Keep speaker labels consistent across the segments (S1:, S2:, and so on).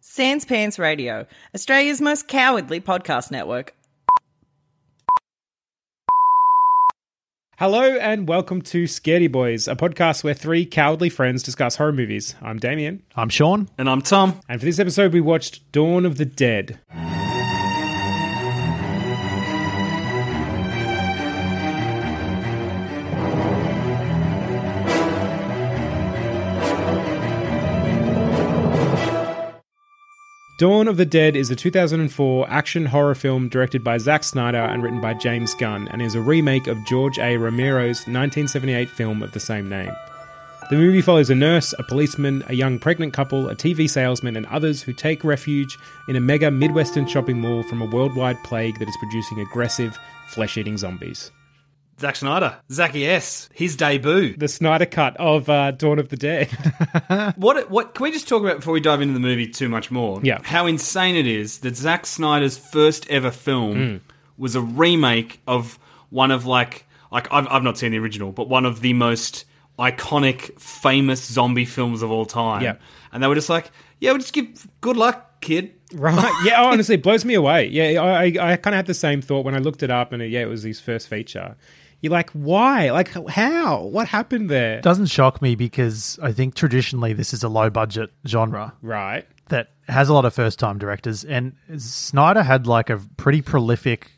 S1: Sans Pants Radio, Australia's most cowardly podcast network.
S2: Hello and welcome to Scaredy Boys, a podcast where three cowardly friends discuss horror movies. I'm Damien,
S3: I'm Sean.
S4: And I'm Tom.
S2: and for this episode we watched Dawn of the Dead. Dawn of the Dead is a 2004 action horror film directed by Zack Snyder and written by James Gunn, and is a remake of George A. Romero's 1978 film of the same name. The movie follows a nurse, a policeman, a young pregnant couple, a TV salesman, and others who take refuge in a mega Midwestern shopping mall from a worldwide plague that is producing aggressive, flesh eating zombies.
S4: Zack Snyder. Zacky S. His debut.
S2: The Snyder cut of uh, Dawn of the Dead.
S4: What what can we just talk about before we dive into the movie too much more?
S2: Yeah.
S4: How insane it is that Zack Snyder's first ever film was a remake of one of like like I've I've not seen the original, but one of the most iconic, famous zombie films of all time.
S2: Yeah.
S4: And they were just like, Yeah, we'll just give good luck, kid.
S2: right. Yeah, oh, honestly, it blows me away. Yeah, I, I, I kind of had the same thought when I looked it up, and uh, yeah, it was his first feature. You're like, why? Like, h- how? What happened there?
S3: Doesn't shock me because I think traditionally this is a low budget genre
S2: right.
S3: that has a lot of first time directors. And Snyder had like a pretty prolific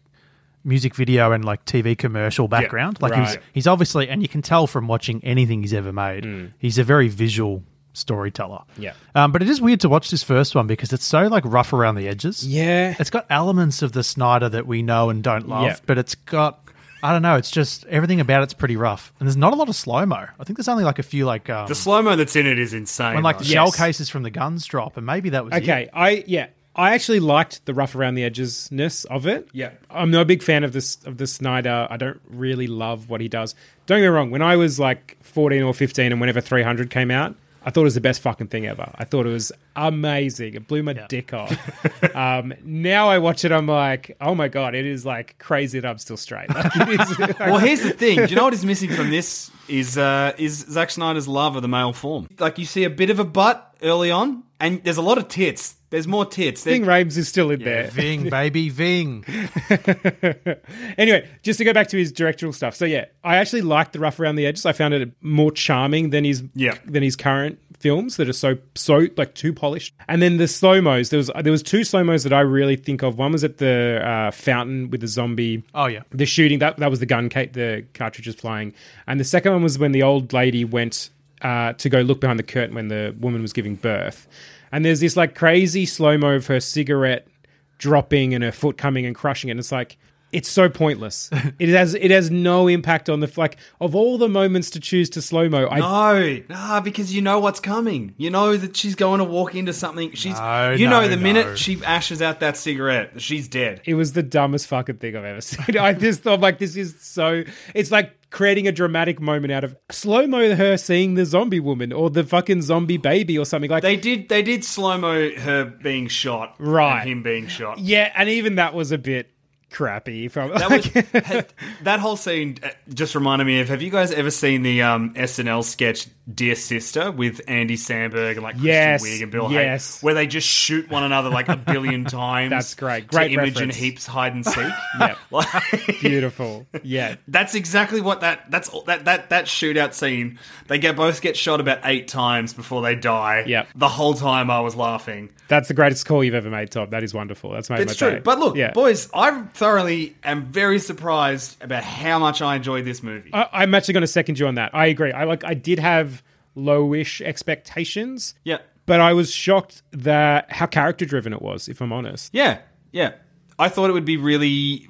S3: music video and like TV commercial background. like he's,
S2: right.
S3: he's obviously, and you can tell from watching anything he's ever made, he's a very visual storyteller.
S2: Hmm. Yeah.
S3: Um, but it is weird to watch this first one because it's so like rough around the edges.
S2: Yeah.
S3: It's got elements of the Snyder that we know and don't love,
S2: Yeah.
S3: but it's got I don't know, it's just everything about it's pretty rough. And there's not a lot of slow mo. I think there's only like a few like um,
S4: The slow mo that's in it is insane.
S3: when like the
S4: right?
S3: shell
S2: Yes.
S3: cases from the guns drop and maybe that was it.
S2: Okay. I yeah. I actually liked the rough around the edgesness of it.
S4: Yeah.
S2: I'm no big fan of this of the Snyder. I don't really love what he does. Don't get me wrong. When I was like 14 or 15, and whenever 300 came out, I thought it was the best fucking thing ever. I thought it was amazing. It blew my dick off. um, now I watch it, I'm like, oh my god, it is like crazy that I'm still straight. Like, it is-
S4: well, here's the thing. Do you know what is missing from this is uh, is Zack Snyder's love of the male form. Like you see a bit of a butt early on, and there's a lot of tits. There's more tits. There-
S2: Ving Rames is still in there.
S3: Ving, baby, Ving.
S2: anyway, just to go back to his directorial stuff. So yeah, I actually liked the rough around the edges. I found it more charming than his
S4: Yeah.
S2: than his current films that are so so like too polished. And then the slow mos. There was there was two slow mos that I really think of. One was at the uh, fountain with the zombie.
S3: Oh, yeah.
S2: the shooting that that was the gun cape, the cartridges flying. And the second one was when the old lady went uh, to go look behind the curtain when the woman was giving birth. And there's this like crazy slow mo of her cigarette dropping and her foot coming and crushing it. And it's like it's so pointless. it has it has no impact on the like of all the moments to choose to slow mo. I
S4: No, nah, because you know what's coming. You know that she's going to walk into something. She's,
S3: No,
S4: you
S3: no,
S4: know, the
S3: no.
S4: minute she ashes out that cigarette, she's dead.
S2: It was the dumbest fucking thing I've ever seen. I just thought, like, this is so. It's like creating a dramatic moment out of slow mo her seeing the zombie woman or the fucking zombie baby or something like.
S4: They did. They did slow mo her being shot.
S2: Right.
S4: and him being shot.
S2: yeah, and even that was a bit crappy. From
S4: That was that whole scene uh, just reminded me of. Have you guys ever seen the um, SNL sketch Dear Sister with Andy Samberg and like
S2: Yes,
S4: Kristen Wiig and Bill
S2: yes.
S4: Hader, where they just shoot one another like a billion times.
S2: That's great.
S4: to
S2: Great
S4: Image and
S2: reference.
S4: heaps hide and seek.
S2: Yeah.
S4: Like-
S2: Beautiful. Yeah.
S4: That's exactly what that that's all- that that that shootout scene. They get both get shot about eight times before they die.
S2: Yep.
S4: The whole time I was laughing.
S2: That's the greatest call you've ever made, Todd. That is wonderful. That's made
S4: It's
S2: my
S4: true.
S2: day.
S4: But look,
S2: yeah.
S4: boys, I thoroughly am very surprised about how much I enjoyed this movie.
S2: I, I'm actually going to second you on that. I agree. I like. I did have lowish expectations.
S4: Yeah.
S2: But I was shocked that how character driven it was. If I'm honest.
S4: yeah. Yeah. I thought it would be really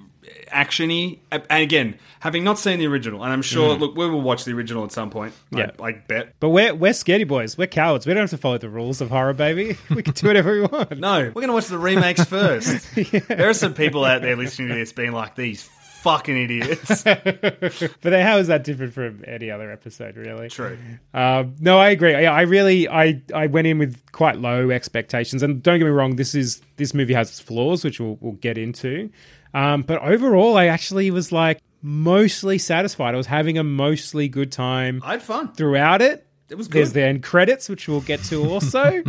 S4: actiony. And again, having not seen the original, and I'm sure look, we will watch the original at some point.
S2: Yeah.
S4: I, I bet.
S2: But we're we're scaredy boys. We're cowards. We don't have to follow the rules of horror, baby. We can do whatever we want.
S4: No, we're going to watch the remakes first. There are some people out there listening to this being like, these fucking idiots.
S2: But then how is that different from any other episode? Really.
S4: True.
S2: Um, no, I agree. Yeah, I really, I, I went in with quite low expectations, and don't get me wrong, this is this movie has its flaws, which we'll, we'll get into. Um, but overall, I actually was like mostly satisfied. I was having a mostly good time
S4: I had fun.
S2: throughout it. It
S4: was
S2: There's
S4: good.
S2: the end credits, which we'll get to also.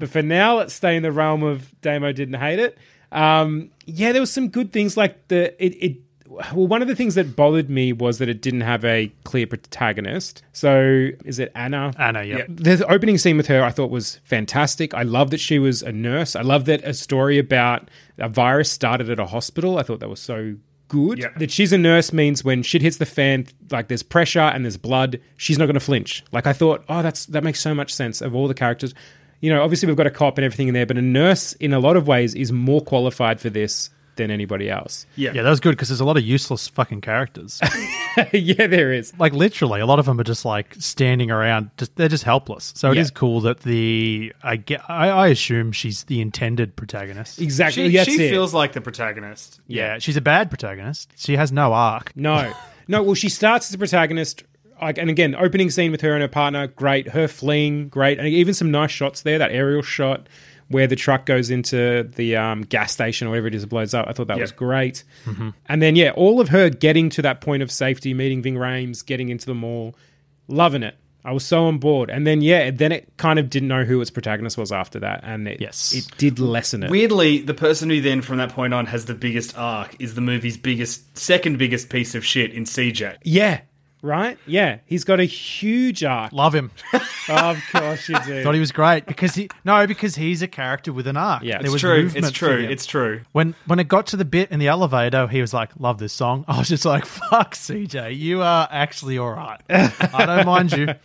S2: but for now, let's stay in the realm of Damo didn't hate it. Um, yeah, there was some good things like the it. it well, one of the things that bothered me was that it didn't have a clear protagonist. So, is it Anna?
S3: Anna, Ah, yeah.
S2: The opening scene with her I thought was fantastic. I love that she was a nurse. I love that a story about a virus started at a hospital. I thought that was so good.
S4: Yeah.
S2: That she's a nurse means when shit hits the fan, like there's pressure and there's blood, she's not going to flinch. Like I thought, oh, that's that makes so much sense of all the characters. You know, obviously we've got a cop and everything in there, but a nurse in a lot of ways is more qualified for this than anybody else.
S4: Yeah.
S3: Yeah, that was good because there's a lot of useless fucking characters.
S2: yeah, there is.
S3: like literally, a lot of them are just like standing around. Just they're just helpless. So it
S2: Yeah.
S3: is cool that the I get. I, I assume she's the intended protagonist.
S2: Exactly.
S4: She,
S2: that's
S4: she
S2: it.
S4: feels like the protagonist.
S3: Yeah, she's a bad protagonist. She has no arc.
S2: No, no. Well, she starts as a protagonist. Like, and again, opening scene with her and her partner, great. Her fleeing, great, and even some nice shots there. That aerial shot where the truck goes into the um, gas station or whatever it is that blows up. I thought that was great. And then, yeah, all of her getting to that point of safety, meeting Ving Rhames, getting into the mall, loving it. I was so on board. And then, yeah, then it kind of didn't know who its protagonist was after that, and it,
S3: Yes.
S2: it did lessen it.
S4: Weirdly, the person who then from that point on has the biggest arc is the movie's biggest, second biggest piece of shit in CJ.
S2: yeah, right. Yeah, he's got a huge arc.
S3: Love him.
S2: of course you do.
S3: Thought he was great because he no because he's a character with an arc.
S2: Yeah.
S3: there
S2: It's
S3: was
S4: True,
S3: movement
S4: it's true,
S3: to him.
S4: it's true.
S3: When when it got to the bit in the elevator, he was like, "Love this song." I was just like, "Fuck, CJ, you are actually all right. I don't mind you.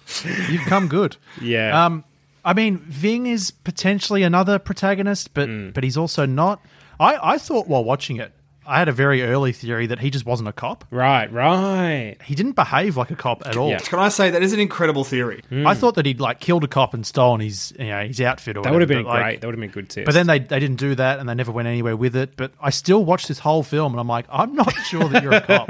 S3: You've come good."
S2: Yeah.
S3: Um, I mean, Ving is potentially another protagonist, but
S2: Mm.
S3: but he's also not. I I thought while watching it, I had a very early theory that he just wasn't a cop.
S2: Right, right.
S3: He didn't behave like a cop at all.
S2: Yeah. Mm.
S4: Can I say that is an incredible theory?
S3: I thought that he'd like killed a cop and stolen his you know his outfit. Or
S2: That would have
S3: whatever,
S2: been
S3: but, like,
S2: great. That would have been a good tip.
S3: But then they, they didn't do that and they never went anywhere with it. But I still watched this whole film and I'm like, I'm not sure that you're a cop.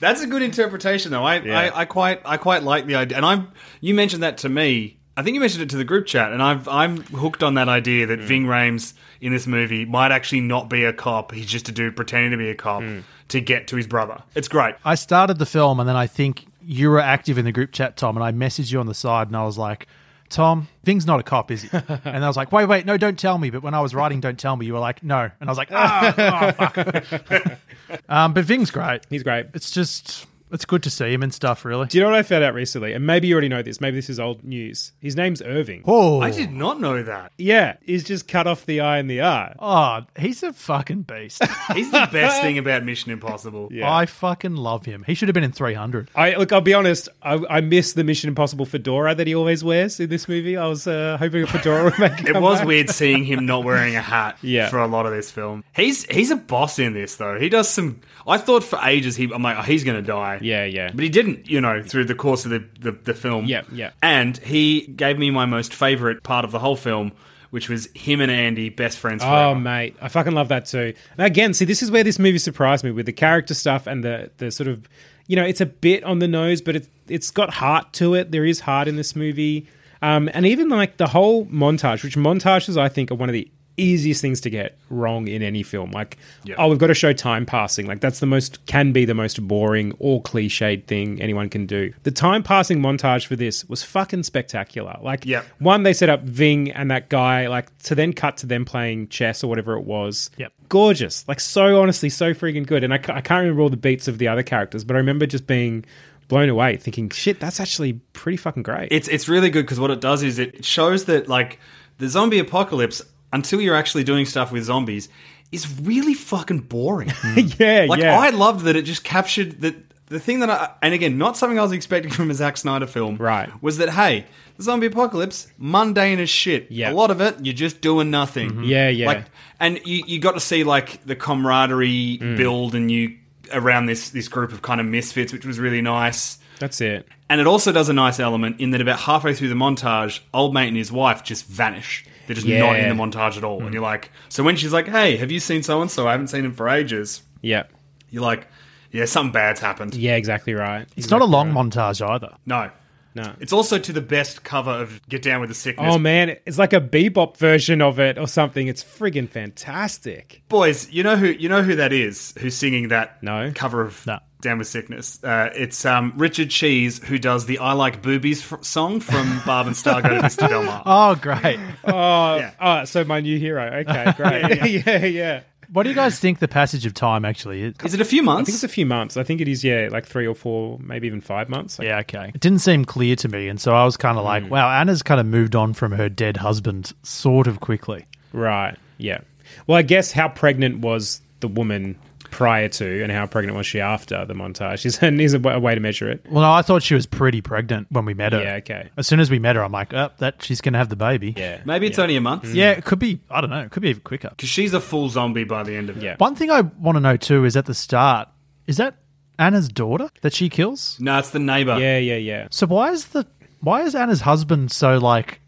S4: That's a good interpretation, though. I,
S2: Yeah.
S4: I, I quite I quite like the idea, and I'm you mentioned that to me. I think you mentioned it to the group chat, and I've I'm hooked on that idea
S2: Mm.
S4: that Ving Rhames in this movie might actually not be a cop. He's just a dude pretending to be a cop
S2: Mm.
S4: to get to his brother. It's great.
S3: I started the film and then I think you were active in the group chat, Tom, and I messaged you on the side and I was like, Tom, Ving's not a cop, is he? And I was like, wait, wait, no, don't tell me. But when I was writing, don't tell me, you were like, no. And I was like, ah, oh, fuck. um, but Ving's great.
S2: he's great.
S3: It's just, it's good to see him and stuff, really.
S2: Do you know what I found out recently? And maybe you already know this. Maybe this is old news. His name's Irving.
S3: Oh,
S4: I did not know that.
S2: Yeah, he's just cut off the I and the R.
S3: oh, he's a fucking beast.
S4: He's the best thing about Mission Impossible.
S2: Yeah.
S3: I fucking love him. He should have been in 300.
S2: I look. I'll be honest. I, I miss the Mission Impossible fedora that he always wears in this movie. I was uh, hoping a fedora would make
S4: It was weird seeing him not wearing a hat
S2: Yeah.
S4: for a lot of this film. He's he's a boss in this though. He does some. I thought for ages he I'm like oh, he's gonna die.
S2: Yeah, yeah.
S4: But he didn't. You know, through the course of the the, the film.
S2: Yeah, yeah.
S4: And he gave me my most favorite part of the whole film, which was him and Andy best friends.
S2: Oh
S4: Forever.
S2: mate, I fucking love that too. And again, see, this is where this movie surprised me with the character stuff and the the sort of, you know, it's a bit on the nose, but it's it's got heart to it. There is heart in this movie, um, and even like the whole montage, which montages I think are one of the easiest things to get wrong in any film. Like, oh, we've got to show time passing. Like, that's the most, can be the most boring or cliched thing anyone can do. The time passing montage for this was fucking spectacular. Like,
S4: Yep.
S2: one, they set up Ving and that guy, like, to then cut to them playing chess or whatever it was.
S3: Yep.
S2: Gorgeous. Like, so honestly, so freaking good. And I, ca- I can't remember all the beats of the other characters, but I remember just being blown away thinking, shit, that's actually pretty fucking great.
S4: It's it's really good because what it does is it shows that like the zombie apocalypse until you're actually doing stuff with zombies is really fucking boring.
S2: yeah,
S4: like
S2: yeah.
S4: I loved that it just captured that the thing that I and again not something I was expecting from a Zack Snyder film.
S2: Right.
S4: was that hey the zombie apocalypse mundane as shit.
S2: Yeah. Mm-hmm.
S4: a lot of it you're just doing nothing.
S2: Yeah, yeah.
S4: Like and you you got to see like the camaraderie
S2: Mm.
S4: build and you around this this group of kind of misfits, which was really nice.
S2: that's it.
S4: And it also does a nice element in that about halfway through the montage, old mate and his wife just vanish. They're just
S2: Yeah. Mm.
S4: not in the montage at all. And you're like, so when she's like, hey, have you seen so and so? I haven't seen him for ages.
S2: Yeah.
S4: You're like, yeah, something bad's happened.
S2: Yeah, exactly right.
S3: It's not a long montage either.
S4: No.
S2: No.
S4: It's also to the best cover of Get Down with the Sickness.
S2: Oh man, it's like a bebop version of it or something. It's friggin' fantastic.
S4: Boys, you know who you know who that is who's singing that
S2: No.
S4: cover of
S3: No.
S4: Down with Sickness. Uh, it's um, Richard Cheese who does the "I Like Boobies" f- song from Barb and Star Go to Mr. Delmar.
S3: Oh, great.
S2: Oh, so my new hero. Okay, great. yeah, yeah, yeah.
S3: What do you guys think the passage of time actually is?
S4: Is it a few
S2: I
S4: months?
S2: think it's a few months. I think it is. Yeah, like three or four, maybe even five months. Like,
S3: Yeah, okay. It didn't seem clear to me. And so I was
S2: Hmm.
S3: kind of like, wow, Anna's kind of moved on from her dead husband sort of quickly.
S2: Right. Yeah. Well, I guess how pregnant was the woman prior to, and how pregnant was she after the montage? Is is a wa- a way to measure it.
S3: Well, no, I thought she was pretty pregnant when we met her.
S2: Yeah, okay.
S3: As soon as we met her, I'm like, oh, that she's going to have the baby.
S2: Yeah. Mm.
S4: Maybe it's only a month.
S3: Yeah, it could be, I don't know, it could be even quicker.
S4: Because she's a full zombie by the end of it.
S2: Yeah.
S3: One thing I want to know too is at the start, is that Anna's daughter that she kills?
S4: No, it's the neighbor.
S2: Yeah. Yeah. Yeah.
S3: So why is the why is Anna's husband so like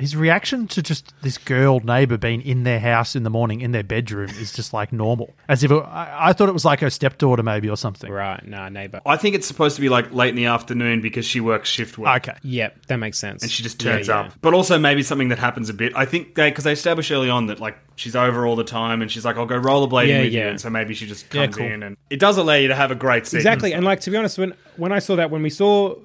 S3: his reaction to just this girl neighbor being in their house in the morning in their bedroom is just like normal, as if it, I, I thought it was like her stepdaughter maybe or something.
S2: Right. Nah. Neighbor.
S4: I think it's supposed to be like late in the afternoon because she works shift work.
S3: Okay,
S2: Yep. That makes sense.
S4: And she just turns
S2: Yeah, yeah.
S4: up. But also maybe something that happens a bit. I think they because they establish early on that like she's over all the time and she's like, I'll go rollerblading
S2: Yeah,
S4: with
S2: yeah.
S4: you. And so maybe she just
S3: Yeah,
S4: comes
S3: cool.
S4: in and it does allow you to have a great scene.
S2: Exactly. And like to be honest, when when I saw that, when we saw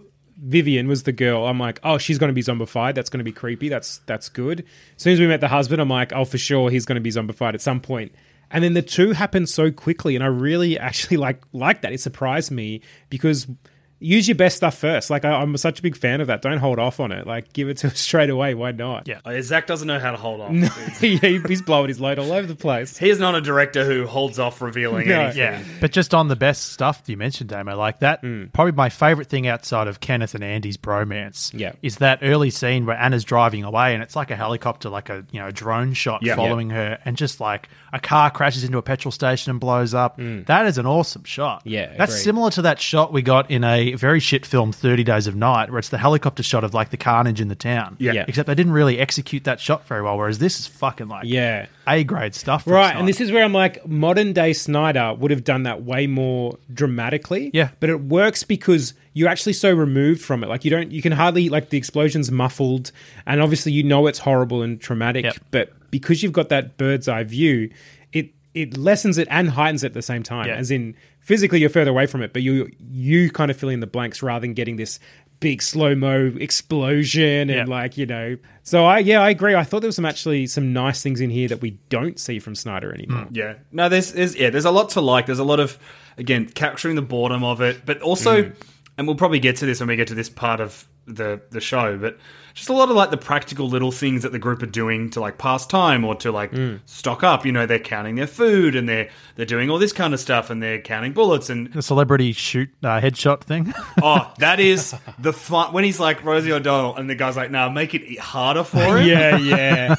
S2: Vivian was the girl, I'm like, oh, she's going to be zombified. That's going to be creepy. That's that's good. As soon as we met the husband, I'm like, oh, for sure, he's going to be zombified at some point. And then the two happened so quickly, and I really actually like like that. It surprised me because use your best stuff first. Like I, I'm such a big fan of that. Don't hold off on it. Like give it to us straight away. Why not?
S3: Yeah.
S4: Uh, Zach doesn't know how to hold off.
S2: He- he's blowing his load all over the place.
S4: He is not a director who holds off revealing
S2: No.
S4: anything.
S3: yeah. But just on the best stuff you mentioned, Damo, like that,
S2: Hmm.
S3: probably my favorite thing outside of Kenneth and Andy's bromance
S2: Yeah.
S3: is that early scene where Anna's driving away and it's like a helicopter, like a you know drone shot
S4: Yeah.
S3: following her, and just like a car crashes into a petrol station and blows up. That is an awesome shot.
S2: Hmm. Yeah,
S3: that's
S2: agreed.
S3: similar to that shot we got in a very shit film, Thirty Days of Night, where it's the helicopter shot of like the carnage in the town.
S4: Yeah.
S2: Yeah.
S3: except they didn't really execute that shot very well. Whereas this is fucking like
S2: Yeah.
S3: a grade stuff, from
S2: Right, and
S3: Snyder.
S2: this is where I'm like, modern day Snyder would have done that way more dramatically.
S3: Yeah.
S2: but it works because you're actually so removed from it. Like you don't, you can hardly like the explosion's muffled, and obviously you know it's horrible and traumatic.
S3: Yep.
S2: But because you've got that bird's eye view, it it lessens it and heightens it at the same time.
S3: Yeah.
S2: As in, physically you're further away from it, but you you kind of fill in the blanks rather than getting this big slow mo explosion and
S3: Yeah.
S2: like you know. So I yeah I agree. I thought there was some actually some nice things in here that we don't see from Snyder anymore.
S4: Yeah. No, there's, there's yeah, there's a lot to like. There's a lot of again capturing the boredom of it, but also,
S2: Mm.
S4: and we'll probably get to this when we get to this part of the the show, but just a lot of like the practical little things that the group are doing to like pass time or to like
S2: Mm.
S4: stock up. You know, they're counting their food and they're they're doing all this kind of stuff and they're counting bullets and
S3: the celebrity shoot uh, headshot thing.
S4: oh, that is the fun when he's like Rosie O'Donnell and the guy's like, "Now nah, make it harder for him."
S2: Yeah, yeah.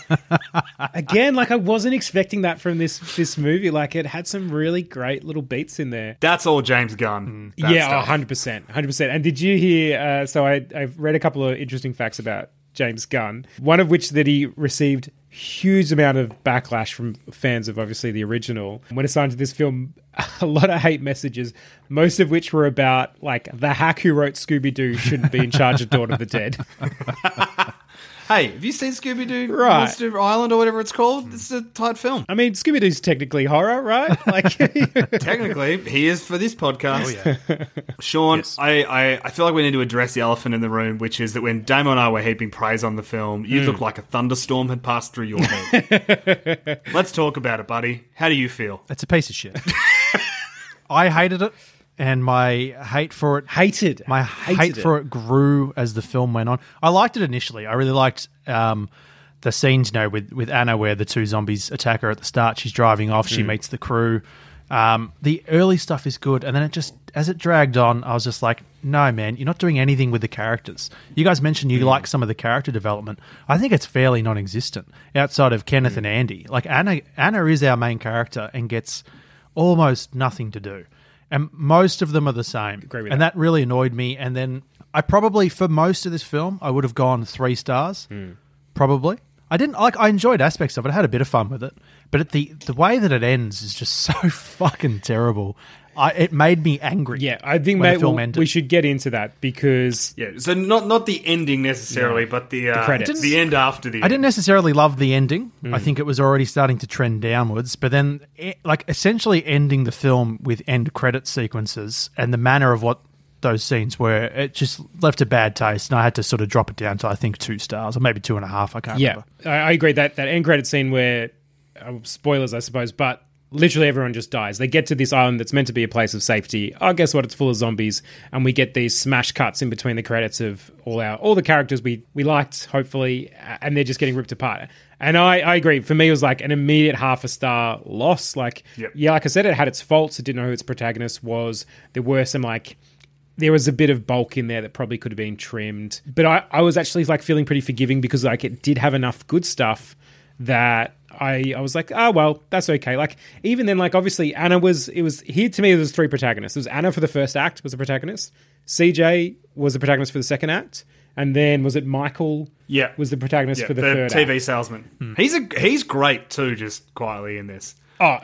S2: Again, like I wasn't expecting that from this this movie. Like it had some really great little beats in there.
S4: That's all James Gunn. that
S2: Mm. yeah,
S4: stuff.
S2: hundred percent, hundred percent. And did you hear? Uh, so I, I've read a couple of interesting facts about James Gunn. One of which that he received huge amount of backlash from fans of obviously the original. When assigned to this film, a lot of hate messages, most of which were about like the hack who wrote Scooby Doo shouldn't be in charge of Dawn of the Dead.
S4: Hey, have you seen Scooby Doo
S2: Right. Hmm.
S4: Monster Island or whatever it's called? It's a tight film.
S2: I mean, Scooby Doo's technically horror, right? Like,
S4: Technically, he is for this podcast.
S2: Oh,
S4: Sean,
S3: Yes.
S4: I, I, I feel like we need to address the elephant in the room, which is that when Damo and I were heaping praise on the film,
S2: Hmm.
S4: you looked like a thunderstorm had passed through your head. Let's talk about it, buddy. How do you feel?
S3: It's a piece of shit. I hated it, and my hate for it
S2: hated.
S3: my hate for it grew as the film went on. I liked it initially. I really liked um, the scenes, you know, with, with Anna where the two zombies attack her at the start. She's driving off. She meets the crew. Um, the early stuff is good, and then it just as it dragged on, I was just like, "No, man, you're not doing anything with the characters." You guys mentioned you like some of the character development. I think it's fairly non-existent outside of Kenneth and Andy. Like Anna, Anna is our main character and gets almost nothing to do, and most of them are the same.
S2: Agree with
S3: and
S2: that.
S3: that really annoyed me. And then I probably, for most of this film, I would have gone three stars.
S2: Hmm.
S3: Probably. I didn't like. I enjoyed aspects of it. I had a bit of fun with it, but at the the way that it ends is just so fucking terrible. I it made me angry.
S2: Yeah, I think
S3: when the
S2: mate,
S3: film
S2: we'll-
S3: ended.
S2: we should get into that because
S4: Yeah, so not not the ending necessarily, but the, uh,
S2: credits.
S4: the end after the.
S3: I didn't
S4: end.
S3: necessarily love the ending.
S2: Mm.
S3: I think it was already starting to trend downwards, but then, it, like, essentially ending the film with end credit sequences and the manner of what those scenes were, it just left a bad taste. And I had to sort of drop it down to, I think, two stars or maybe two and a half. I can't
S2: yeah,
S3: remember.
S2: I, I agree that that end credit scene where uh, spoilers, I suppose, but literally everyone just dies. They get to this island that's meant to be a place of safety. Oh, guess what? It's full of zombies, and we get these smash cuts in between the credits of all our all the characters we we liked, hopefully, a- and they're just getting ripped apart. And I, I agree. For me, it was like an immediate half a star loss. Like,
S4: Yep.
S2: yeah, like I said, it had its faults. It didn't know who its protagonist was. There were some like there was a bit of bulk in there that probably could have been trimmed. But I, I was actually like feeling pretty forgiving because like it did have enough good stuff that I I was like, ah well, that's okay. Like even then, like obviously Anna was it was here to me there was three protagonists. There was Anna for the first act was the protagonist. CJ was the protagonist for the second act. And then was it Michael
S4: Yeah.
S2: was the protagonist
S4: Yeah,
S2: for the,
S4: the
S2: third
S4: TV
S2: act. Hmm.
S4: salesman. He's a he's great too. Just quietly in this.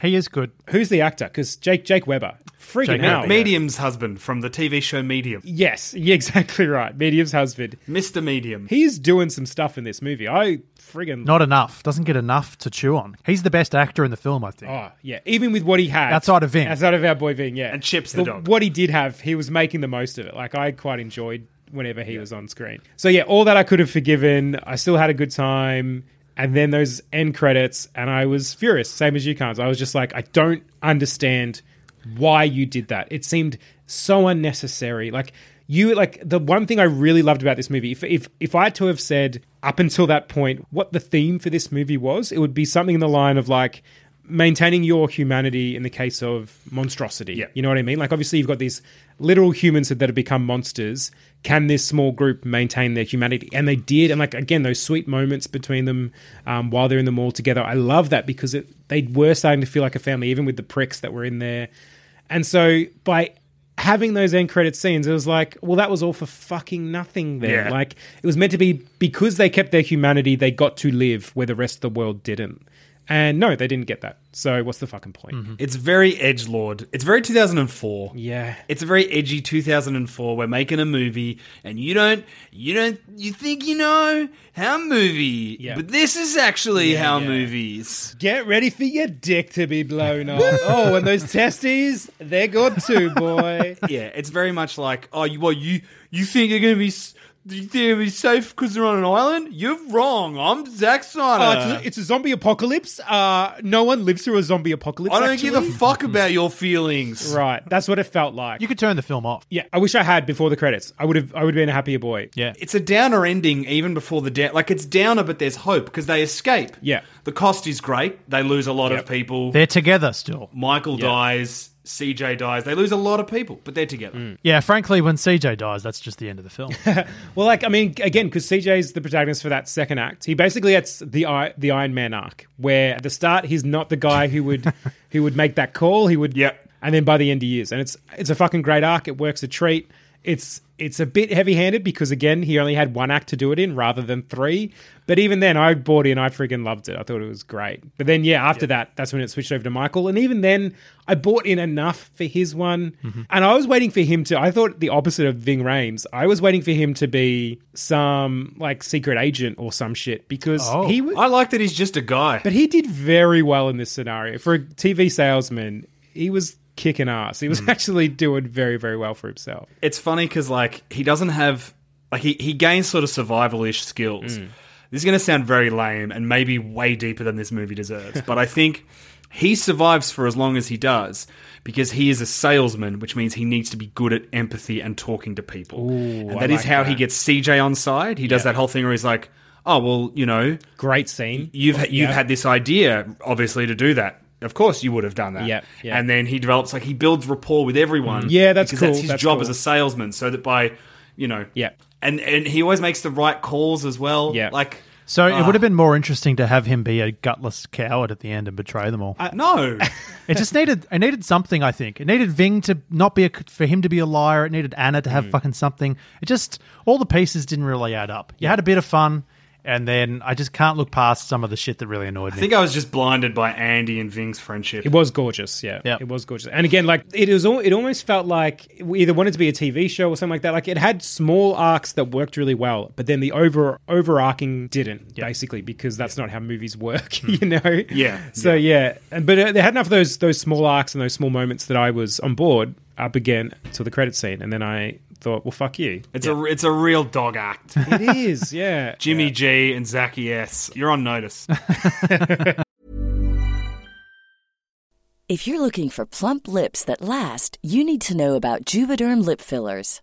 S3: He is good.
S2: Who's the actor? Because Jake Jake Weber. Freaking
S3: Jake
S2: out.
S3: Weber,
S4: Medium's husband from the TV show Medium,
S2: Yes, yeah, exactly right. Medium's husband.
S4: Mr. Medium.
S2: He's doing some stuff in this movie. I friggin'
S3: Not enough. Doesn't get enough to chew on. He's the best actor in the film, I think.
S2: Oh, yeah. Even with what he had.
S3: Outside of Ving.
S2: Outside of our boy Ving, yeah.
S4: And Chips the
S2: But
S4: dog.
S2: What he did have, he was making the most of it. Like, I quite enjoyed whenever he was on screen. So, yeah, all that I could have forgiven. I still had a good time. And then those end credits, and I was furious, same as you, Carnes. I was just like, I don't understand why you did that. It seemed so unnecessary. Like, you like the one thing I really loved about this movie. If if if I had to have said up until that point what the theme for this movie was, it would be something in the line of like maintaining your humanity in the case of monstrosity.
S4: Yeah.
S2: You know what I mean? Like obviously you've got these literal humans that have become monsters. Can this small group maintain their humanity? And they did. And like again, those sweet moments between them um, while they're in the mall together. I love that because it, they were starting to feel like a family, even with the pricks that were in there. And so by having those end credit scenes, it was like, well, that was all for fucking nothing then.
S4: Yeah.
S2: Like it was meant to be because they kept their humanity, they got to live where the rest of the world didn't. And no, they didn't get that. So what's the fucking point?
S4: It's very edge lord. It's very 2004.
S2: Yeah.
S4: It's a very edgy 2004. We're making a movie and you don't you don't you think you know how movie.
S2: Yeah.
S4: But this is actually how movies.
S2: Get ready for your dick to be blown off. oh, and those testes, they're good too, boy.
S4: Yeah, it's very much like, oh, you well you you think you're going to be s- you think you're gonna be safe because they're on an island? You're wrong. I'm Zack Snyder.
S2: Oh, it's a zombie apocalypse. Uh, no one lives through a zombie apocalypse.
S4: I don't give a fuck about your feelings.
S2: right. That's what it felt like.
S3: You could turn the film off.
S2: yeah, I wish I had before the credits. I would have. I would have been a happier boy.
S3: Yeah.
S4: it's a downer ending even before the down. Like it's downer, but there's hope because they escape.
S2: Yeah.
S4: the cost is great. They lose a lot
S2: Yep.
S4: of people.
S3: They're together still.
S4: Michael dies. CJ dies. They lose a lot of people, but they're together.
S2: Mm.
S3: Yeah, frankly, when CJ dies, that's just the end of the film.
S2: Well, like I mean, again, because CJ's the protagonist for that second act. He basically gets the I- the Iron Man arc, where at the start he's not the guy who would who would make that call. He would,
S4: Yep.
S2: And then by the end he is, and it's it's a fucking great arc. It works a treat. It's it's a bit heavy-handed because again, he only had one act to do it in rather than three. But even then, I bought in. I freaking loved it. I thought it was great. But then, yeah, after that, that's when it switched over to Michael. And even then, I bought in enough for his one. And I was waiting for him to. I thought the opposite of Ving Rhames. I was waiting for him to be some like secret agent or some shit because he was.
S4: I like that he's just a guy.
S2: But he did very well in this scenario. For a TV salesman, he was kicking ass. He was actually doing very, very well for himself.
S4: it's funny because like he doesn't have like he, he gains sort of survival-ish skills this is going to sound very lame and maybe way deeper than this movie deserves but i think he survives for as long as he does because he is a salesman which means he needs to be good at empathy and talking to people and that is how he gets cj on side he does that whole thing where he's like oh well you know
S2: Great scene.
S4: you've you've had this idea, obviously, to do that. Of course, you would have done that.
S2: Yep, yep. Mm.
S4: And then he develops like he builds rapport with everyone.
S2: Yeah, that's
S4: because
S2: cool,
S4: That's his
S2: that's
S4: job
S2: cool.
S4: as a salesman, so that by you know,
S2: Yep.
S4: And and he always makes the right calls as well.
S2: Yep.
S4: like
S3: So it
S2: Ah.
S3: would have been more interesting to have him be a gutless coward at the end and betray them all.
S4: no,
S3: it just needed it needed something. I think it needed Ving to not be a, for him to be a liar. It needed Anna to have
S2: Mm.
S3: fucking something. It just all the pieces didn't really add up. You had a bit of fun, and then I just can't look past some of the shit that really annoyed
S4: I
S3: me.
S4: think I was just blinded by Andy and Ving's friendship.
S2: It was gorgeous, yeah.
S3: Yep.
S2: It was gorgeous, and again, like it was, all, it almost felt like we either wanted to be a TV show or something like that. Like it had small arcs that worked really well, but then the over overarching didn't, basically, because that's not how movies work, you know.
S4: Yeah,
S2: So Hmm. yeah, and but uh, they had enough of those those small arcs and those small moments that I was on board up again till the credit scene, and then I thought, well, fuck you.
S4: It's a it's a real dog act.
S2: It is, yeah.
S4: Jimmy G and Zachy S, you're on notice.
S5: If you're looking for plump lips that last, you need to know about Juvederm lip fillers.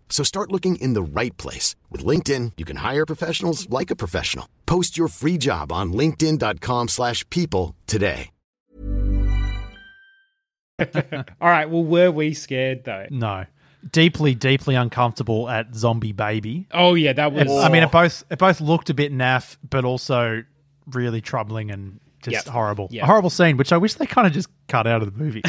S6: So start looking in the right place. With LinkedIn, you can hire professionals like a professional. Post your free job on linkedin.com/people slash people today.
S2: All right. Well, were we scared though?
S3: no, deeply, deeply uncomfortable at Zombie Baby.
S2: Oh yeah, that was.
S3: It- I mean, it both it both looked a bit naff, but also really troubling and just
S2: Yep.
S3: horrible.
S2: Yep.
S3: A horrible scene, which I wish they kind of just cut out of the movie.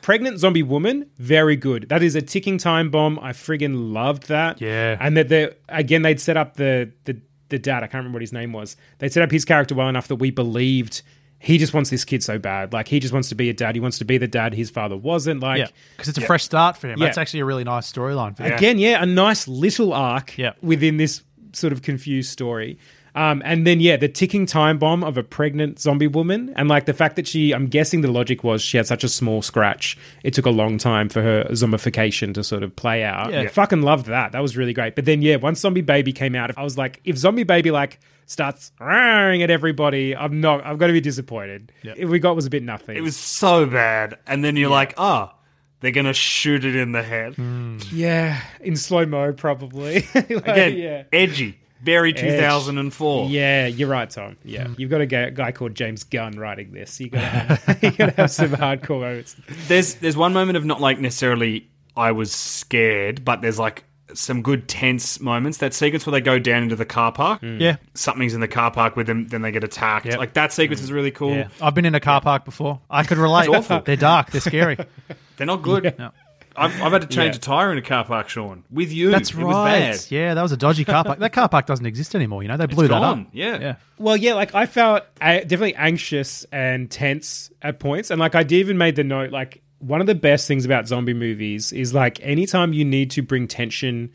S2: Pregnant zombie woman, very good. That is a ticking time bomb. I friggin' loved that.
S3: Yeah.
S2: And that they again they'd set up the the the dad. I can't remember what his name was. They set up his character well enough that we believed he just wants this kid so bad. Like he just wants to be a dad. He wants to be the dad his father wasn't. Like
S3: yeah, because it's a fresh start for him.
S2: Yeah.
S3: That's actually a really nice storyline for him.
S2: again, yeah, a nice little arc
S3: Yeah.
S2: within this sort of confused story. Um, and then yeah, the ticking time bomb of a pregnant zombie woman, and like the fact that she, I'm guessing the logic was she had such a small scratch, it took a long time for her zombification to sort of play out.
S3: Yeah.
S2: Yeah. Fucking loved that. That was really great. But then yeah, once zombie baby came out, I was like, if zombie baby like starts roaring at everybody, I'm not. I'm gonna be disappointed. If we got was a bit nothing.
S4: It was so bad. And then you're like, ah, they're going to shoot it in the head.
S2: Mm. yeah, in slow mo probably. Like,
S4: Again,
S2: yeah.
S4: edgy. Very 2004.
S2: Yeah, you're right, Tom. Yeah, you've got a ga- guy called James Gunn writing this. You got to have, you got to have some hardcore moments.
S4: There's there's one moment of not like necessarily I was scared, but there's like some good tense moments. That sequence where they go down into the car park.
S3: Yeah.
S4: Something's in the car park with them, then they get attacked. Like that sequence is really cool.
S3: Mm. Yeah. I've been in a car park before. I could relate.
S4: awful.
S3: They're dark. They're scary.
S4: They're not good. I've, I've had to change
S2: Yeah.
S4: a tire in a car park, Sean. With you.
S3: That's
S4: it
S3: right.
S4: Was bad.
S3: Yeah, that was a dodgy car park. That car park doesn't exist anymore. You know, they blew that
S4: gone,
S3: up.
S4: yeah.
S3: yeah.
S2: Well, yeah, like I felt uh, definitely anxious and tense at points, and like I did even made the note like one of the best things about zombie movies is like anytime you need to bring tension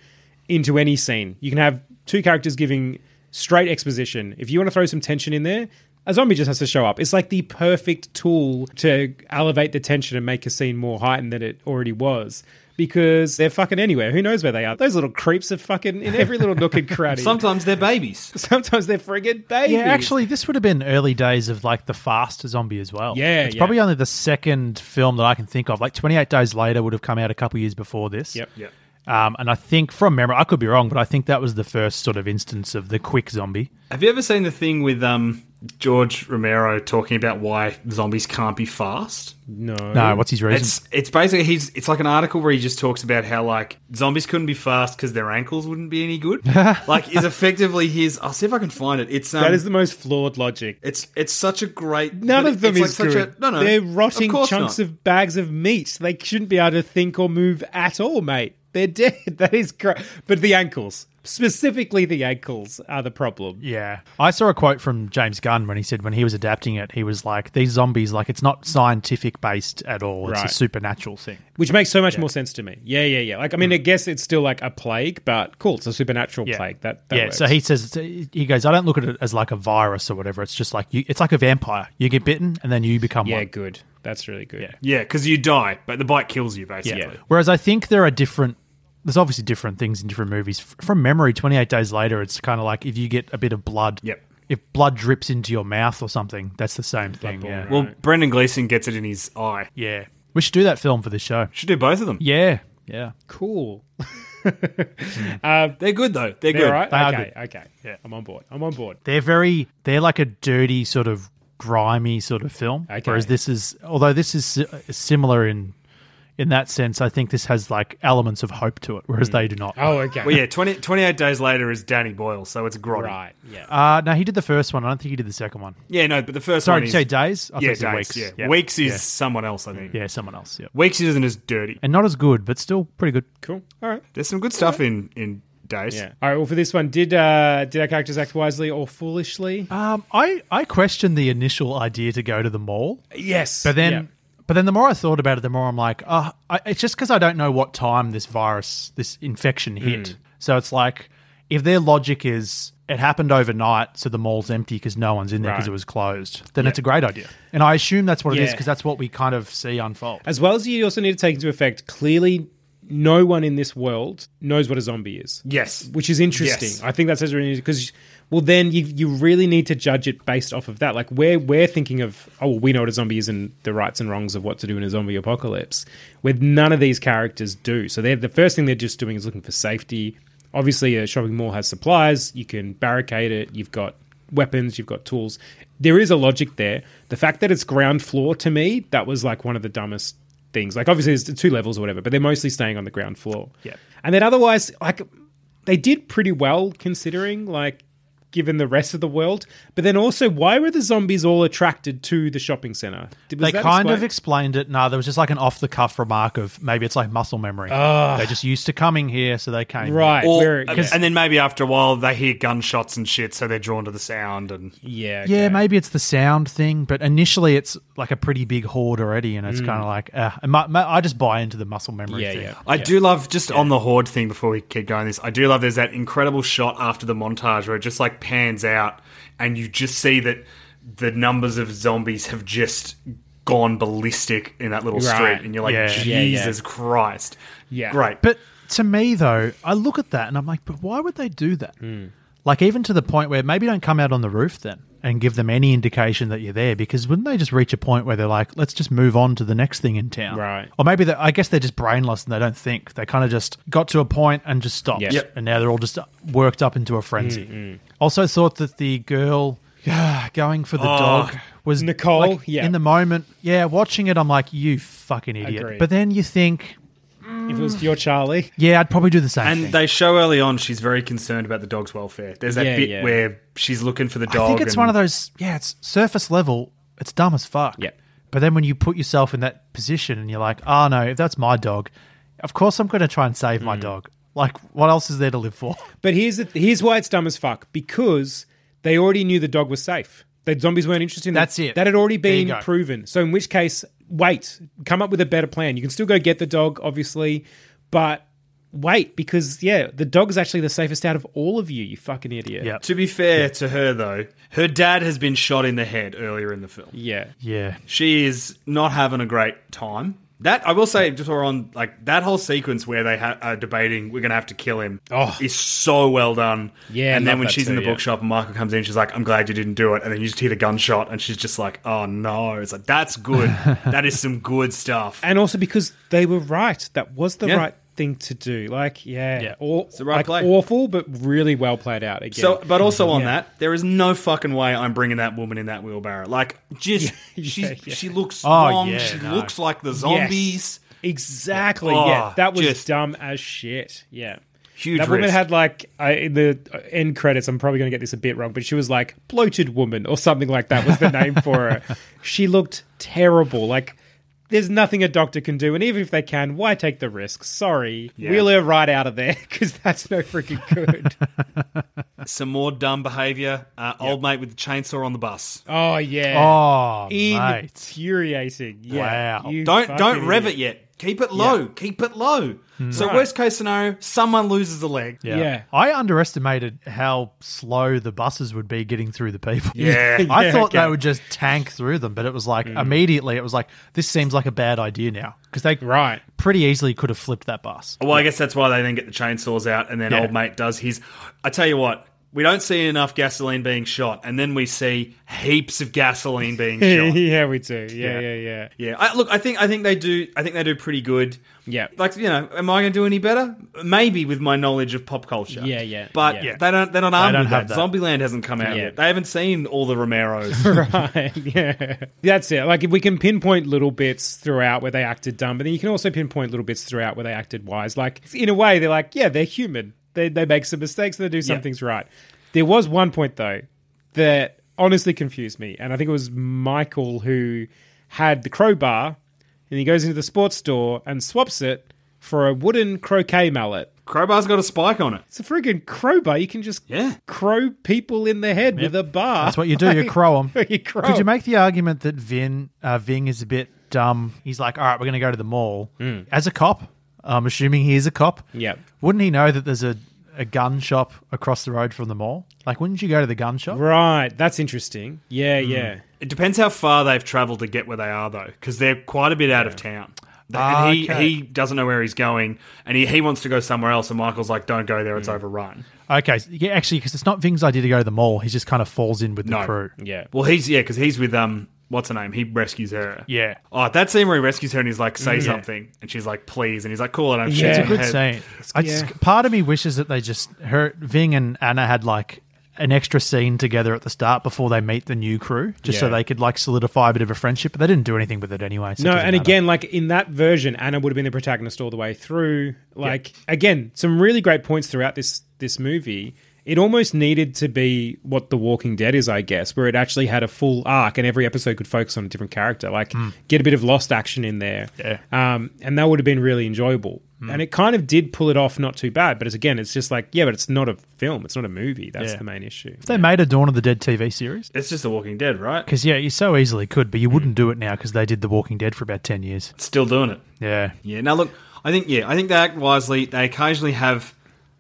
S2: into any scene, you can have two characters giving straight exposition. If you want to throw some tension in there. A zombie just has to show up. It's like the perfect tool to elevate the tension and make a scene more heightened than it already was because they're fucking anywhere. Who knows where they are? Those little creeps are fucking in every little nook and cranny.
S4: Sometimes they're babies.
S2: Sometimes they're friggin' babies.
S3: Yeah, actually, this would have been early days of like the fast zombie as well.
S2: Yeah,
S3: it's
S2: yeah.
S3: probably only the second film that I can think of. Like Twenty Eight Days Later would have come out a couple years before this.
S2: Yep.
S4: Yep.
S3: Um, and I think from memory, I could be wrong, but I think that was the first sort of instance of the quick zombie.
S4: Have you ever seen the thing with um, George Romero talking about why zombies can't be fast?
S2: No.
S3: No, what's his reason?
S4: It's it's basically he's it's like an article where he just talks about how like zombies couldn't be fast because their ankles wouldn't be any good. like is effectively his. I'll see if I can find it. It's um,
S2: That is the most flawed logic.
S4: it's it's such a great.
S2: None
S4: but
S2: of them
S4: it's like
S2: is
S4: such
S2: good.
S4: A, no, no,
S2: They're rotting
S4: of course
S2: chunks
S4: not.
S2: of bags of meat. They shouldn't be able to think or move at all, mate. They're dead. That is correct. But the ankles, specifically the ankles, are the problem.
S3: Yeah. I saw a quote from James Gunn when he said when he was adapting it, he was like, these zombies, like, it's not scientific based at all. It's
S2: Right.
S3: a supernatural thing.
S2: Which makes so much more sense to me. Yeah, yeah, yeah. Like, I mean, I guess it's still like a plague, but cool. It's a supernatural
S3: Yeah.
S2: plague. That, that
S3: yeah.
S2: works.
S3: So he says, he goes, I don't look at it as like a virus or whatever. It's just like, you, it's like a vampire. You get bitten and then you become
S2: Yeah,
S3: one.
S2: good. That's really good.
S3: Yeah.
S4: Yeah, because you die, but the bite kills you basically.
S2: Yeah.
S3: Whereas I think there are different. There's obviously different things in different movies. F- From memory, 28 Days Later, it's kind of like if you get a bit of blood.
S4: Yep.
S3: If blood drips into your mouth or something, that's the same thing. Yeah.
S4: Well, Brendan Gleeson gets it in his eye.
S3: yeah. We should do that film for the show.
S4: Should do both of them.
S3: Yeah. Yeah.
S2: Cool.
S4: They're good though. They're good.
S2: All right.
S3: They are
S2: okay. Okay. Yeah. I'm on board. I'm on board.
S3: They're very. They're like a dirty sort of grimy sort of film.
S2: Okay.
S3: Whereas this is, although this is si- similar in in that sense, I think this has like elements of hope to it, whereas
S4: Hmm.
S3: they do not.
S2: Oh, okay.
S4: Well, yeah, 20, 28 days later is Danny Boyle, so it's grotty.
S2: Right. Yeah.
S3: Uh, no, he did the first one. I don't think he did the second one.
S4: Yeah, no, but the first
S3: Sorry,
S4: one
S3: did
S4: is
S3: you say days? I thought
S4: yeah,
S3: you said
S4: days,
S3: weeks.
S4: Yeah.
S3: Yeah.
S4: Weeks is
S3: Yeah.
S4: someone else, I think.
S3: Yeah, someone else. Yeah.
S4: Weeks isn't as dirty.
S3: and not as good, but still pretty good.
S2: cool. All right.
S4: There's some good stuff in in days.
S2: Yeah. All right. Well, for this one, did uh, did our characters act wisely or foolishly?
S3: Um, I I questioned the initial idea to go to the mall,
S2: yes.
S3: but then but then the more I thought about it, the more I'm like, uh, I, it's just because I don't know what time this virus, this infection hit.
S2: Mm.
S3: So it's like if their logic is it happened overnight, so the mall's empty because no one's in there because
S2: Right.
S3: it was closed, then it's a great idea. And I assume that's what it is
S2: Yeah.
S3: because that's what we kind of see unfold.
S2: as well as you also need to take into effect clearly, no one in this world knows what a zombie is.
S4: Yes.
S2: Which is interesting.
S4: Yes.
S2: I think that's really interesting because. Well, then you you really need to judge it based off of that. Like we're we're thinking of oh well, we know what a zombie is and the rights and wrongs of what to do in a zombie apocalypse, where none of these characters do. So they're the first thing they're just doing is looking for safety. Obviously, a shopping mall has supplies. You can barricade it. You've got weapons. You've got tools. There is a logic there. The fact that it's ground floor to me that was like one of the dumbest things. Like obviously there's two levels or whatever, but they're mostly staying on the ground floor.
S3: Yeah.
S2: And then otherwise, like they did pretty well considering, like given the rest of the world. But then also, why were the zombies all attracted to the shopping center? Did- was
S3: they
S2: that
S3: kind of
S2: explained?
S3: explained it. No, there was just like an off the cuff remark of maybe it's like muscle memory. They're just used to coming here, so they came. here.
S2: right.
S4: Or-
S2: where-
S4: and- and then maybe after a while they hear gunshots and shit, so they're drawn to the sound. And
S2: yeah,
S3: Yeah,
S2: okay.
S3: maybe it's the sound thing, but initially it's like a pretty big horde already, and it's kind of like uh, I mu- mu- I just buy into the muscle memory
S2: Mm. Yeah,
S3: thing.
S2: yeah.
S4: I do love just on the horde thing. Before we keep going, this I do love. There's that incredible shot after the montage where it just like pans out, and you just see that the numbers of zombies have just gone ballistic in that little
S2: Right.
S4: street, and you're like,
S3: Yeah.
S2: Yeah, yeah.
S4: Jesus Christ,
S2: Yeah.
S4: great.
S3: But to me, though, I look at that and I'm like, but why would they do that?
S2: Hmm.
S3: Like, even to the point where maybe don't come out on the roof then and give them any indication that you're there because wouldn't they just reach a point where they're like, let's just move on to the next thing in town?
S2: Right.
S3: Or maybe they, I guess they're just brainless and they don't think. They kind of just got to a point and just stopped.
S2: Yeah. Yep. Hmm,
S3: And now they're all just worked up into a frenzy. Also, thought that the girl going for the dog was
S2: Oh, Nicole,
S3: like,
S2: yeah.
S3: in the moment. Yeah, watching it, I'm like, you fucking idiot.
S2: Agreed.
S3: But then you think, Mm.
S2: If it was your Charlie,
S3: yeah, I'd probably do the same thing.
S4: And they show early on she's very concerned about the dog's welfare. There's that
S2: Yeah,
S4: bit
S2: yeah.
S4: where she's looking for the dog.
S3: I think it's
S4: and-
S3: one of those. Yeah, it's surface level. It's dumb as fuck.
S2: Yep.
S3: But then when you put yourself in that position and you're like, oh no, if that's my dog, of course I'm going to try and save
S4: Mm.
S3: my dog. Like, what else is there to live for?
S2: but here's the, here's why it's dumb as fuck because they already knew the dog was safe. The zombies weren't interested in that.
S3: That's it.
S2: That had already
S3: There you
S2: been
S3: go.
S2: proven. So in which case, wait, come up with a better plan. You can still go get the dog, obviously, but wait because yeah, the dog's actually the safest out of all of you. You fucking idiot.
S3: Yep.
S4: To be fair to her, though, her dad has been shot in the head earlier in the film.
S2: Yeah.
S3: Yeah.
S4: She is not having a great time. That I will say, just we're on like that whole sequence where they ha- are debating we're going to have to kill him
S2: Oh.
S4: is so well done.
S2: Yeah, I
S4: and then
S2: love
S4: when
S2: that
S4: she's in
S2: too,
S4: the
S2: yeah.
S4: bookshop and Michael comes in, she's like, "I'm glad you didn't do it." And then you just hear the gunshot, and she's just like, "Oh no!" It's like that's good. that is some good stuff.
S2: and also because they were right. That was the
S4: Yeah.
S2: right thing to do. Like, yeah,
S3: Yeah.
S2: Or,
S4: the
S2: like
S4: right play.
S2: awful, but really well played out. Again,
S4: So, but also on
S2: Yeah.
S4: that, there is no fucking way I'm bringing that woman in that wheelbarrow. Like, just
S2: Yeah,
S4: she
S2: yeah.
S4: she looks
S3: Oh,
S4: long.
S3: yeah,
S4: she
S3: no.
S4: looks like the
S2: Yes.
S4: zombies.
S2: exactly.
S4: Oh,
S2: yeah, that was
S4: just-
S2: dumb as shit. Yeah.
S4: Huge
S2: that woman
S4: risk.
S2: had like I, in the end credits. I'm probably going to get this a bit wrong, but she was like bloated woman or something like that was the name for her. She looked terrible. Like there's nothing a doctor can do, and even if they can, why take the risk? Sorry, wheel her right out of there because that's no freaking good.
S4: Some more dumb behavior. Uh, Old mate with the chainsaw on the bus.
S2: oh yeah.
S3: Oh, mate.
S2: infuriating. Yeah.
S3: Wow.
S2: you
S4: Don't don't
S2: fucking
S4: rev
S2: idiot. Hmm.
S4: it yet. Keep it low. Keep it low. So worst case scenario, someone loses a leg.
S2: Yeah.
S3: I underestimated how slow the buses would be getting through the people.
S4: Yeah. Mm.
S3: I
S2: Yeah,
S3: thought
S2: okay.
S3: they would just tank through them, but it was like immediately it was like, this seems like a bad idea now. Because they
S2: Right.
S3: pretty easily could have flipped that bus.
S4: Well, I guess that's why they then get the chainsaws out, and then
S3: Yeah.
S4: old mate does his. I tell you what, we don't see enough gasoline being shot, and then we see heaps of gasoline being shot.
S2: yeah, we do. Yeah, yeah, yeah.
S4: Yeah, I, look, I think I think they do. I think they do pretty good.
S2: Yeah.
S4: like you know, am I going to do any better? Maybe with my knowledge of pop culture.
S2: Yeah, yeah,
S4: But
S2: yeah.
S4: they don't. They're not armed
S3: don't
S4: with
S3: have
S4: that.
S3: that.
S4: Zombieland hasn't come out
S2: Yeah.
S4: yet. They haven't seen all the Romero's.
S2: Right. Yeah. That's it. Like, if we can pinpoint little bits throughout where they acted dumb, but then you can also pinpoint little bits throughout where they acted wise. Like, in a way, they're like, yeah, they're human. They, they make some mistakes and they do some
S4: Yeah.
S2: things right. There was one point, though, that honestly confused me. And I think it was Michael who had the crowbar and he goes into the sports store and swaps it for a wooden croquet mallet.
S4: Crowbar's got a spike on it.
S2: It's a friggin' crowbar. You can just
S4: Yeah.
S2: crow people in the head with a bar.
S3: That's what you do. You crow them.
S2: you crow.
S3: Could you make the argument that Vin uh, Ving is a bit dumb? He's like, all right, we're going to go to the mall
S2: Mm.
S3: as a cop. I'm assuming he is a cop.
S2: Yep.
S3: Wouldn't he know that there's a, a gun shop across the road from the mall? Like, wouldn't you go to the gun shop?
S2: Right. That's interesting. Yeah,
S3: Hmm.
S2: yeah.
S4: It depends how far they've travelled to get where they are, though, because they're quite a bit out of town. Th- And he,
S3: Okay.
S4: he doesn't know where he's going, and he, he wants to go somewhere else. And Michael's like, "Don't go there; it's overrun."
S3: Okay. so- Yeah, actually, because it's not Ving's idea to go to the mall. He just kind of falls in with the
S4: No.
S3: crew.
S2: Yeah.
S4: Well, he's yeah, because he's with um, what's her name? He rescues her.
S3: Yeah.
S4: Oh, that scene where he rescues her and he's like, "Say something," and she's like, "Please," and he's like, "Cool," and I'm
S2: Yeah.
S3: It's
S4: shooting
S3: a good
S4: her.
S3: scene. I just, part of me wishes that they just her Ving and Anna had like an extra scene together at the start before they meet the new crew, just so
S2: Yeah.
S3: they could like solidify a bit of a friendship. But they didn't do anything with it anyway. So it
S2: No,
S3: doesn't
S2: and
S3: matter.
S2: again, like in that version, Anna would have been the protagonist all the way through. Like again, some really great points throughout this this movie. It almost needed to be what The Walking Dead is, I guess, where it actually had a full arc and every episode could focus on a different character. Like get a bit of lost action in there,
S3: Hmm. Yeah. Hmm.
S2: um, and that would have been really enjoyable. And it kind of did pull it off, not too bad. But it's again, it's just like yeah, but it's not a film, it's not a movie. That's
S3: Yeah.
S2: the main issue.
S3: if they made a Dawn of the Dead TV series,
S4: It's just The Walking Dead, right?
S3: because yeah, you so easily could, but you
S2: Mm.
S3: wouldn't do it now because they did The Walking Dead for about ten years.
S4: Still doing it.
S3: Yeah,
S4: Yeah. Now look, I think yeah, I think they act wisely. They occasionally have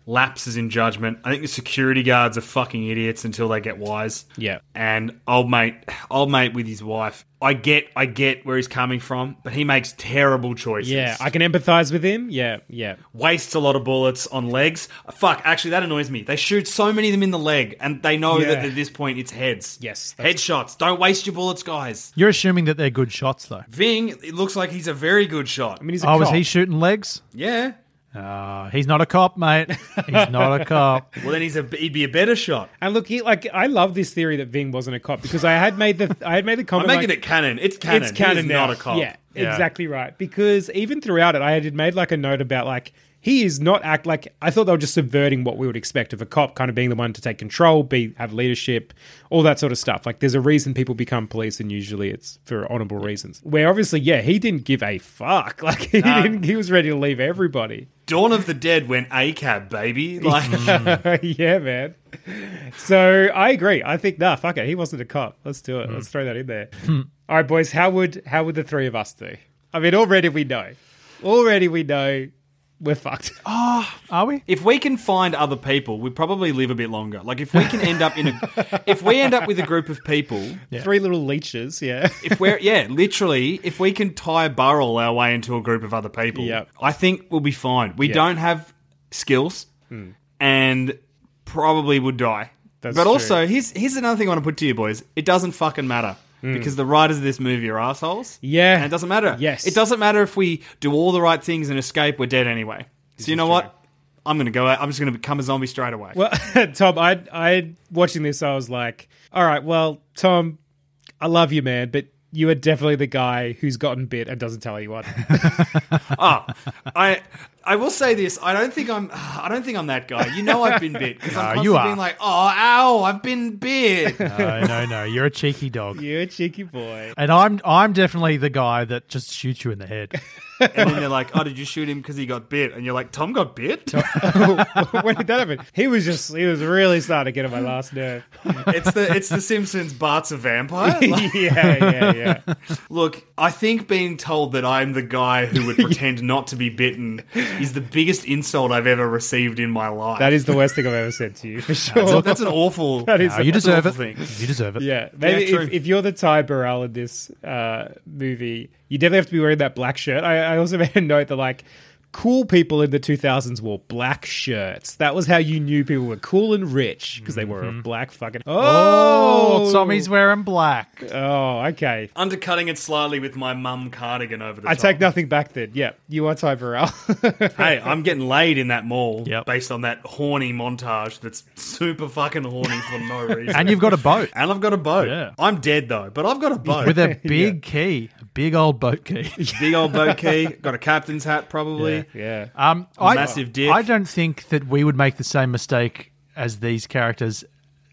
S4: lapses in judgment. I think the security guards are fucking idiots until they get wise.
S2: Yeah.
S4: And old mate, old mate with his wife. I get, I get where he's coming from, but he makes terrible choices.
S2: Yeah, I can empathize with him. Yeah, yeah.
S4: wastes a lot of bullets on legs. Fuck, actually, that annoys me. They shoot so many of them in the leg, and they know that
S2: Yeah.
S4: at this point it's heads.
S2: Yes, that's-
S4: headshots. Don't waste your bullets, guys.
S3: You're assuming that they're good shots, though.
S4: Ving, it looks like he's a very good shot.
S2: I mean, he's a
S3: Oh, was
S2: cop.
S3: he shooting legs?
S4: yeah.
S3: Uh, he's not a cop, mate. He's not a cop.
S4: Well, then he's a he'd be a better shot.
S2: and look, he, like I love this theory that Ving wasn't a cop because I had made the I had made the
S4: I'm
S2: comment.
S4: making
S2: like,
S4: it canon. It's canon.
S2: It's canon
S4: He is
S2: now.
S4: not a cop.
S2: Yeah, exactly right. Because even throughout it, I had made like a note about like he is not act like I thought they were just subverting what we would expect of a cop, kind of being the one to take control, be have leadership, all that sort of stuff. Like there's a reason people become police, and usually it's for honorable reasons. Where obviously, yeah, he didn't give a fuck. Like he didn't. He was ready to leave everybody.
S4: Dawn of the Dead went ACAB, baby. Like,
S2: yeah, man. So I agree. I think nah, fuck it. He wasn't a cop. Let's do it. Let's throw that in there. All right, boys. How would how would the three of us do? I mean, already we know. Already we know we're fucked.
S3: Are we?
S4: if we can find other people, we probably live a bit longer. Like, if we can end up in a, if we end up with a group of people
S2: Three little leeches. Yeah.
S4: if we're yeah, literally, if we can tie a barrel our way into a group of other people,
S2: Yep.
S4: I think we'll be fine. We don't have skills and probably would die.
S2: Hmm. That's
S4: but
S2: true.
S4: also, here's here's another thing I want to put to you boys. It doesn't fucking matter. Because the writers of this movie are assholes.
S2: Hmm. Yeah.
S4: And it doesn't matter.
S2: Yes.
S4: It doesn't matter if we do all the right things and escape, we're dead anyway. So you know what? I'm gonna go out I'm just gonna become a zombie straight away.
S2: Well, Tom, I I watching this, I was like, all right, well, Tom, I love you, man, but you are definitely the guy who's gotten bit and doesn't tell anyone.
S4: Oh, I I will say this. I don't think I'm. I don't think I'm that guy. You know, I've been bit because I'm
S3: No,
S4: constantly
S3: you are.
S4: being like, "Oh, ow, I've been bit."
S3: No, no, no. You're a cheeky dog.
S2: You're a cheeky boy.
S3: And I'm I'm definitely the guy that just shoots you in the head.
S4: and then they're like, "Oh, did you shoot him because he got bit?" And you're like, "Tom got bit."
S2: when did that happen? He was just he was really starting to get on my last nerve.
S4: it's the it's the Simpsons. Bart's a vampire. Like,
S2: yeah, yeah, yeah.
S4: look, I think being told that I'm the guy who would pretend not to be bitten is the biggest insult I've ever received in my life.
S2: That is the worst thing I've ever said to you, for
S4: That's,
S2: sure.
S4: that's an awful.
S2: That is-
S3: No, you
S4: that's
S3: deserve
S4: an
S3: it.
S4: awful thing.
S3: You deserve it.
S2: yeah, maybe
S4: Yeah, true.
S2: if, if you're the Ty Burrell in this uh, movie, you definitely have to be wearing that black shirt. I, I also made a note that like cool people in the 2000s wore black shirts. That was how you knew people were cool and rich because they were a black fucking. Oh,
S3: Oh, Tommy's wearing black.
S2: Oh, okay.
S4: Undercutting it slightly with my mum cardigan over the
S2: I
S4: top.
S2: take nothing back then. Yeah, you are Ty Burrell.
S4: hey, I'm getting laid in that mall
S3: Yep.
S4: based on that horny montage that's super fucking horny for no reason.
S3: And you've got a boat
S4: And I've got a boat.
S3: Yeah.
S4: I'm dead though, but I've got a boat.
S3: with a big key, a big old boat key.
S4: big old boat key, got a captain's hat probably.
S2: yeah.
S3: Um, I,
S4: Massive dick.
S3: I don't think that we would make the same mistake as these characters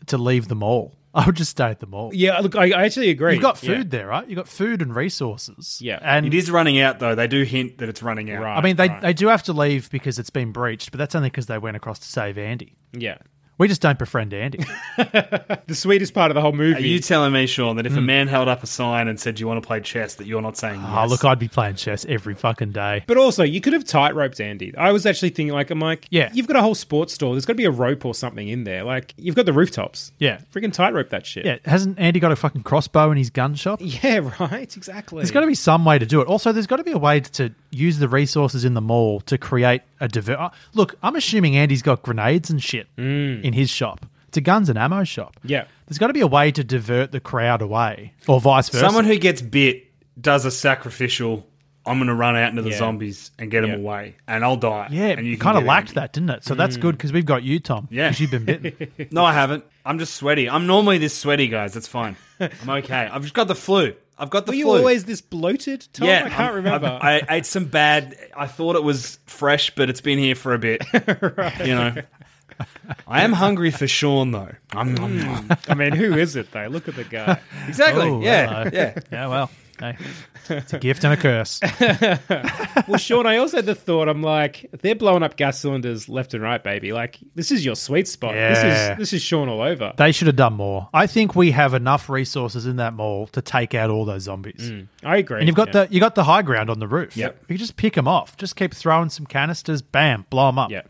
S3: to leave the mall. I would just stay at the mall.
S2: Yeah, look, I, I actually agree.
S3: You've got
S2: Yeah.
S3: food there, right? You've got food and resources.
S2: Yeah.
S3: And
S4: It is running out though. They do hint that it's running out.
S2: Right.
S3: I mean, they, they do have to leave because it's been breached, but that's only because they went across to save Andy.
S2: Yeah.
S3: We just don't befriend Andy.
S2: The sweetest part of the whole
S4: Are
S2: movie.
S4: you telling me, Sean, that if
S3: Hmm.
S4: a man held up a sign and said, "Do you want to play chess?" that you're not saying
S3: oh,
S4: yes?
S3: look, I'd be playing chess every fucking day.
S2: But also, you could have tightroped Andy. I was actually thinking, like, I'm like,
S3: Yeah.
S2: you've got a whole sports store. There's got to be a rope or something in there. Like, you've got the rooftops.
S3: Yeah.
S2: Freaking tightrope that shit.
S3: Yeah, hasn't Andy got a fucking crossbow in his gun shop?
S2: Yeah, right. Exactly.
S3: There's got to be some way to do it. Also, there's got to be a way to use the resources in the mall to create a diver. uh, Look, I'm assuming Andy's got grenades and shit
S4: Mm.
S3: in his shop. It's a guns and ammo shop.
S2: Yeah.
S3: There's got to be a way to divert the crowd away or vice versa.
S4: Someone who gets bit does a sacrificial. I'm going to run out into the zombies and get them
S2: Yeah.
S4: away, and I'll die.
S3: yeah,
S4: and
S3: you
S4: can
S3: kind of
S4: get
S3: lacked
S4: Andy.
S3: that, didn't it? So that's good because we've got you, Tom.
S4: Yeah.
S3: 'cause you've been bitten.
S4: No, I haven't. I'm just sweaty. I'm normally this sweaty, guys. That's fine. I'm okay. I've just got the flu. I've got the
S2: Were you
S4: flu.
S2: always this bloated, Tom?
S4: yeah,
S2: I
S4: I'm-
S2: can't remember.
S4: I'm- I, ate some bad. I thought it was fresh, but it's been here for a bit. You know, I am hungry for Sean though. I'm, I'm-
S2: I mean, who is it, though? Look at the guy.
S4: exactly.
S3: Oh,
S4: yeah,
S3: hello.
S4: yeah.
S3: yeah, well, hey, it's a gift and a curse.
S2: Well, Sean, I also had the thought. I'm like, they're blowing up gas cylinders left and right, baby. Like, this is your sweet spot.
S3: Yeah.
S2: This is this is Sean all over.
S3: They should have done more. I think we have enough resources in that mall to take out all those zombies.
S2: I agree.
S3: And you've got
S2: yeah.
S3: the you got the high ground on the roof.
S4: Mm. Yep.
S3: You can just pick them off. Just keep throwing some canisters. Bam, blow them up.
S2: Yeah.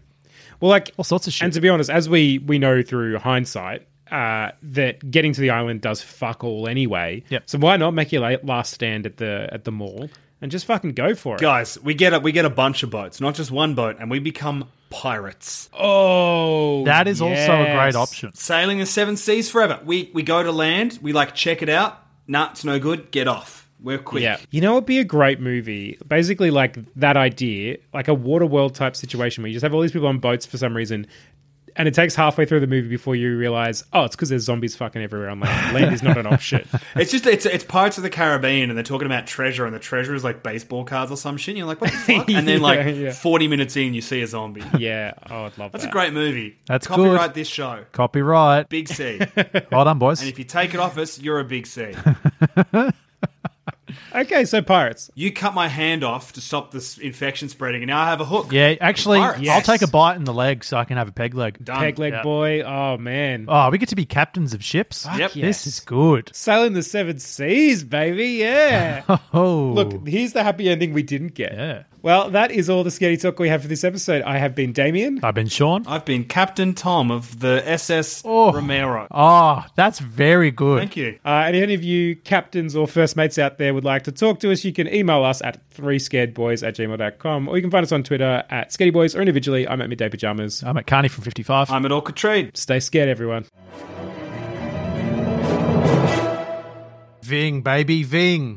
S2: Well, like
S3: All sorts of shit.
S2: And to be honest, as we we know through hindsight, uh, that getting to the island does fuck all anyway.
S3: Yep.
S2: So why not make your la- last stand at the at the mall and just fucking go for it?
S4: Guys, we get a, we get a bunch of boats, not just one boat, and we become pirates.
S2: Oh,
S3: That is also a great
S2: yes.
S3: option.
S4: Sailing the seven seas forever. We we go to land, we like check it out. Nah, it's no good. Get off. We're quick.
S2: Yeah. You know, it'd be a great movie. Basically, like that idea, like a Waterworld type situation where you just have all these people on boats for some reason. And it takes halfway through the movie before you realize, oh, it's because there's zombies fucking everywhere on land. Land is not an option.
S4: It's just it's it's Pirates of the Caribbean, and they're talking about treasure, and the treasure is like baseball cards or some shit. And you're like, what the fuck? And then like
S2: Yeah, yeah.
S4: forty minutes in, you see a zombie.
S2: yeah. Oh, I'd love
S4: That's
S2: that.
S4: a great movie.
S3: That's
S4: copyright
S3: good.
S4: this show.
S3: Copyright.
S4: Big C. and
S3: Well done, boys.
S4: if you take it off us, you're a big C.
S2: Okay, so pirates.
S4: You cut my hand off to stop this infection spreading, and now I have a hook.
S3: Yeah, actually,
S4: Pirates.
S3: I'll
S4: Yes.
S3: take a bite in the leg so I can have a peg leg.
S4: Done.
S2: Peg leg
S3: Um, yeah.
S2: boy. Oh, man.
S3: Oh, we get to be captains of ships.
S2: yes.
S4: Yep.
S3: This is good.
S2: Sailing the seven seas, baby. Yeah.
S3: Oh,
S2: Look, here's the happy ending we didn't get.
S3: Yeah.
S2: Well, that is all the scary talk we have for this episode. I have been Damien.
S3: I've been Sean.
S4: I've been Captain Tom of the SS
S3: Oh.
S4: Romero.
S3: Oh, that's very good.
S4: Thank you.
S2: Uh, and if any of you captains or first mates out there would like to talk to us, you can email us at 3scaredboys at gmail.com or you can find us on Twitter at scaredyboys or individually, I'm at midday pajamas.
S3: I'm at Carney from 55.
S4: I'm at Orca Trade.
S2: Stay scared, everyone.
S3: Ving, baby, Ving.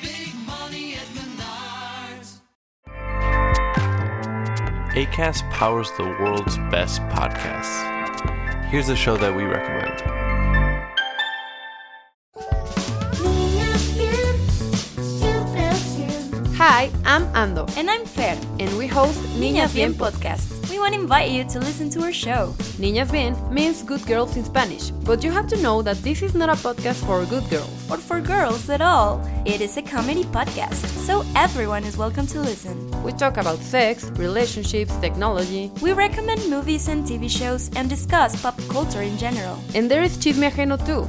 S7: big money at Menards.
S8: ACAST powers the world's best podcasts. Here's a show that we recommend.
S7: Hi, I'm Ando. And I'm Fer. And we host Niñas Bien podcast. We want to invite you to listen to our show. Niñas Bien means good girls in Spanish, but you have to know that this is not a podcast for good girls or for girls at all. It is a comedy podcast, so everyone is welcome to listen. We talk about sex, relationships, technology. We recommend movies and TV shows and discuss pop culture in general. And there is Chisme Ajeno too.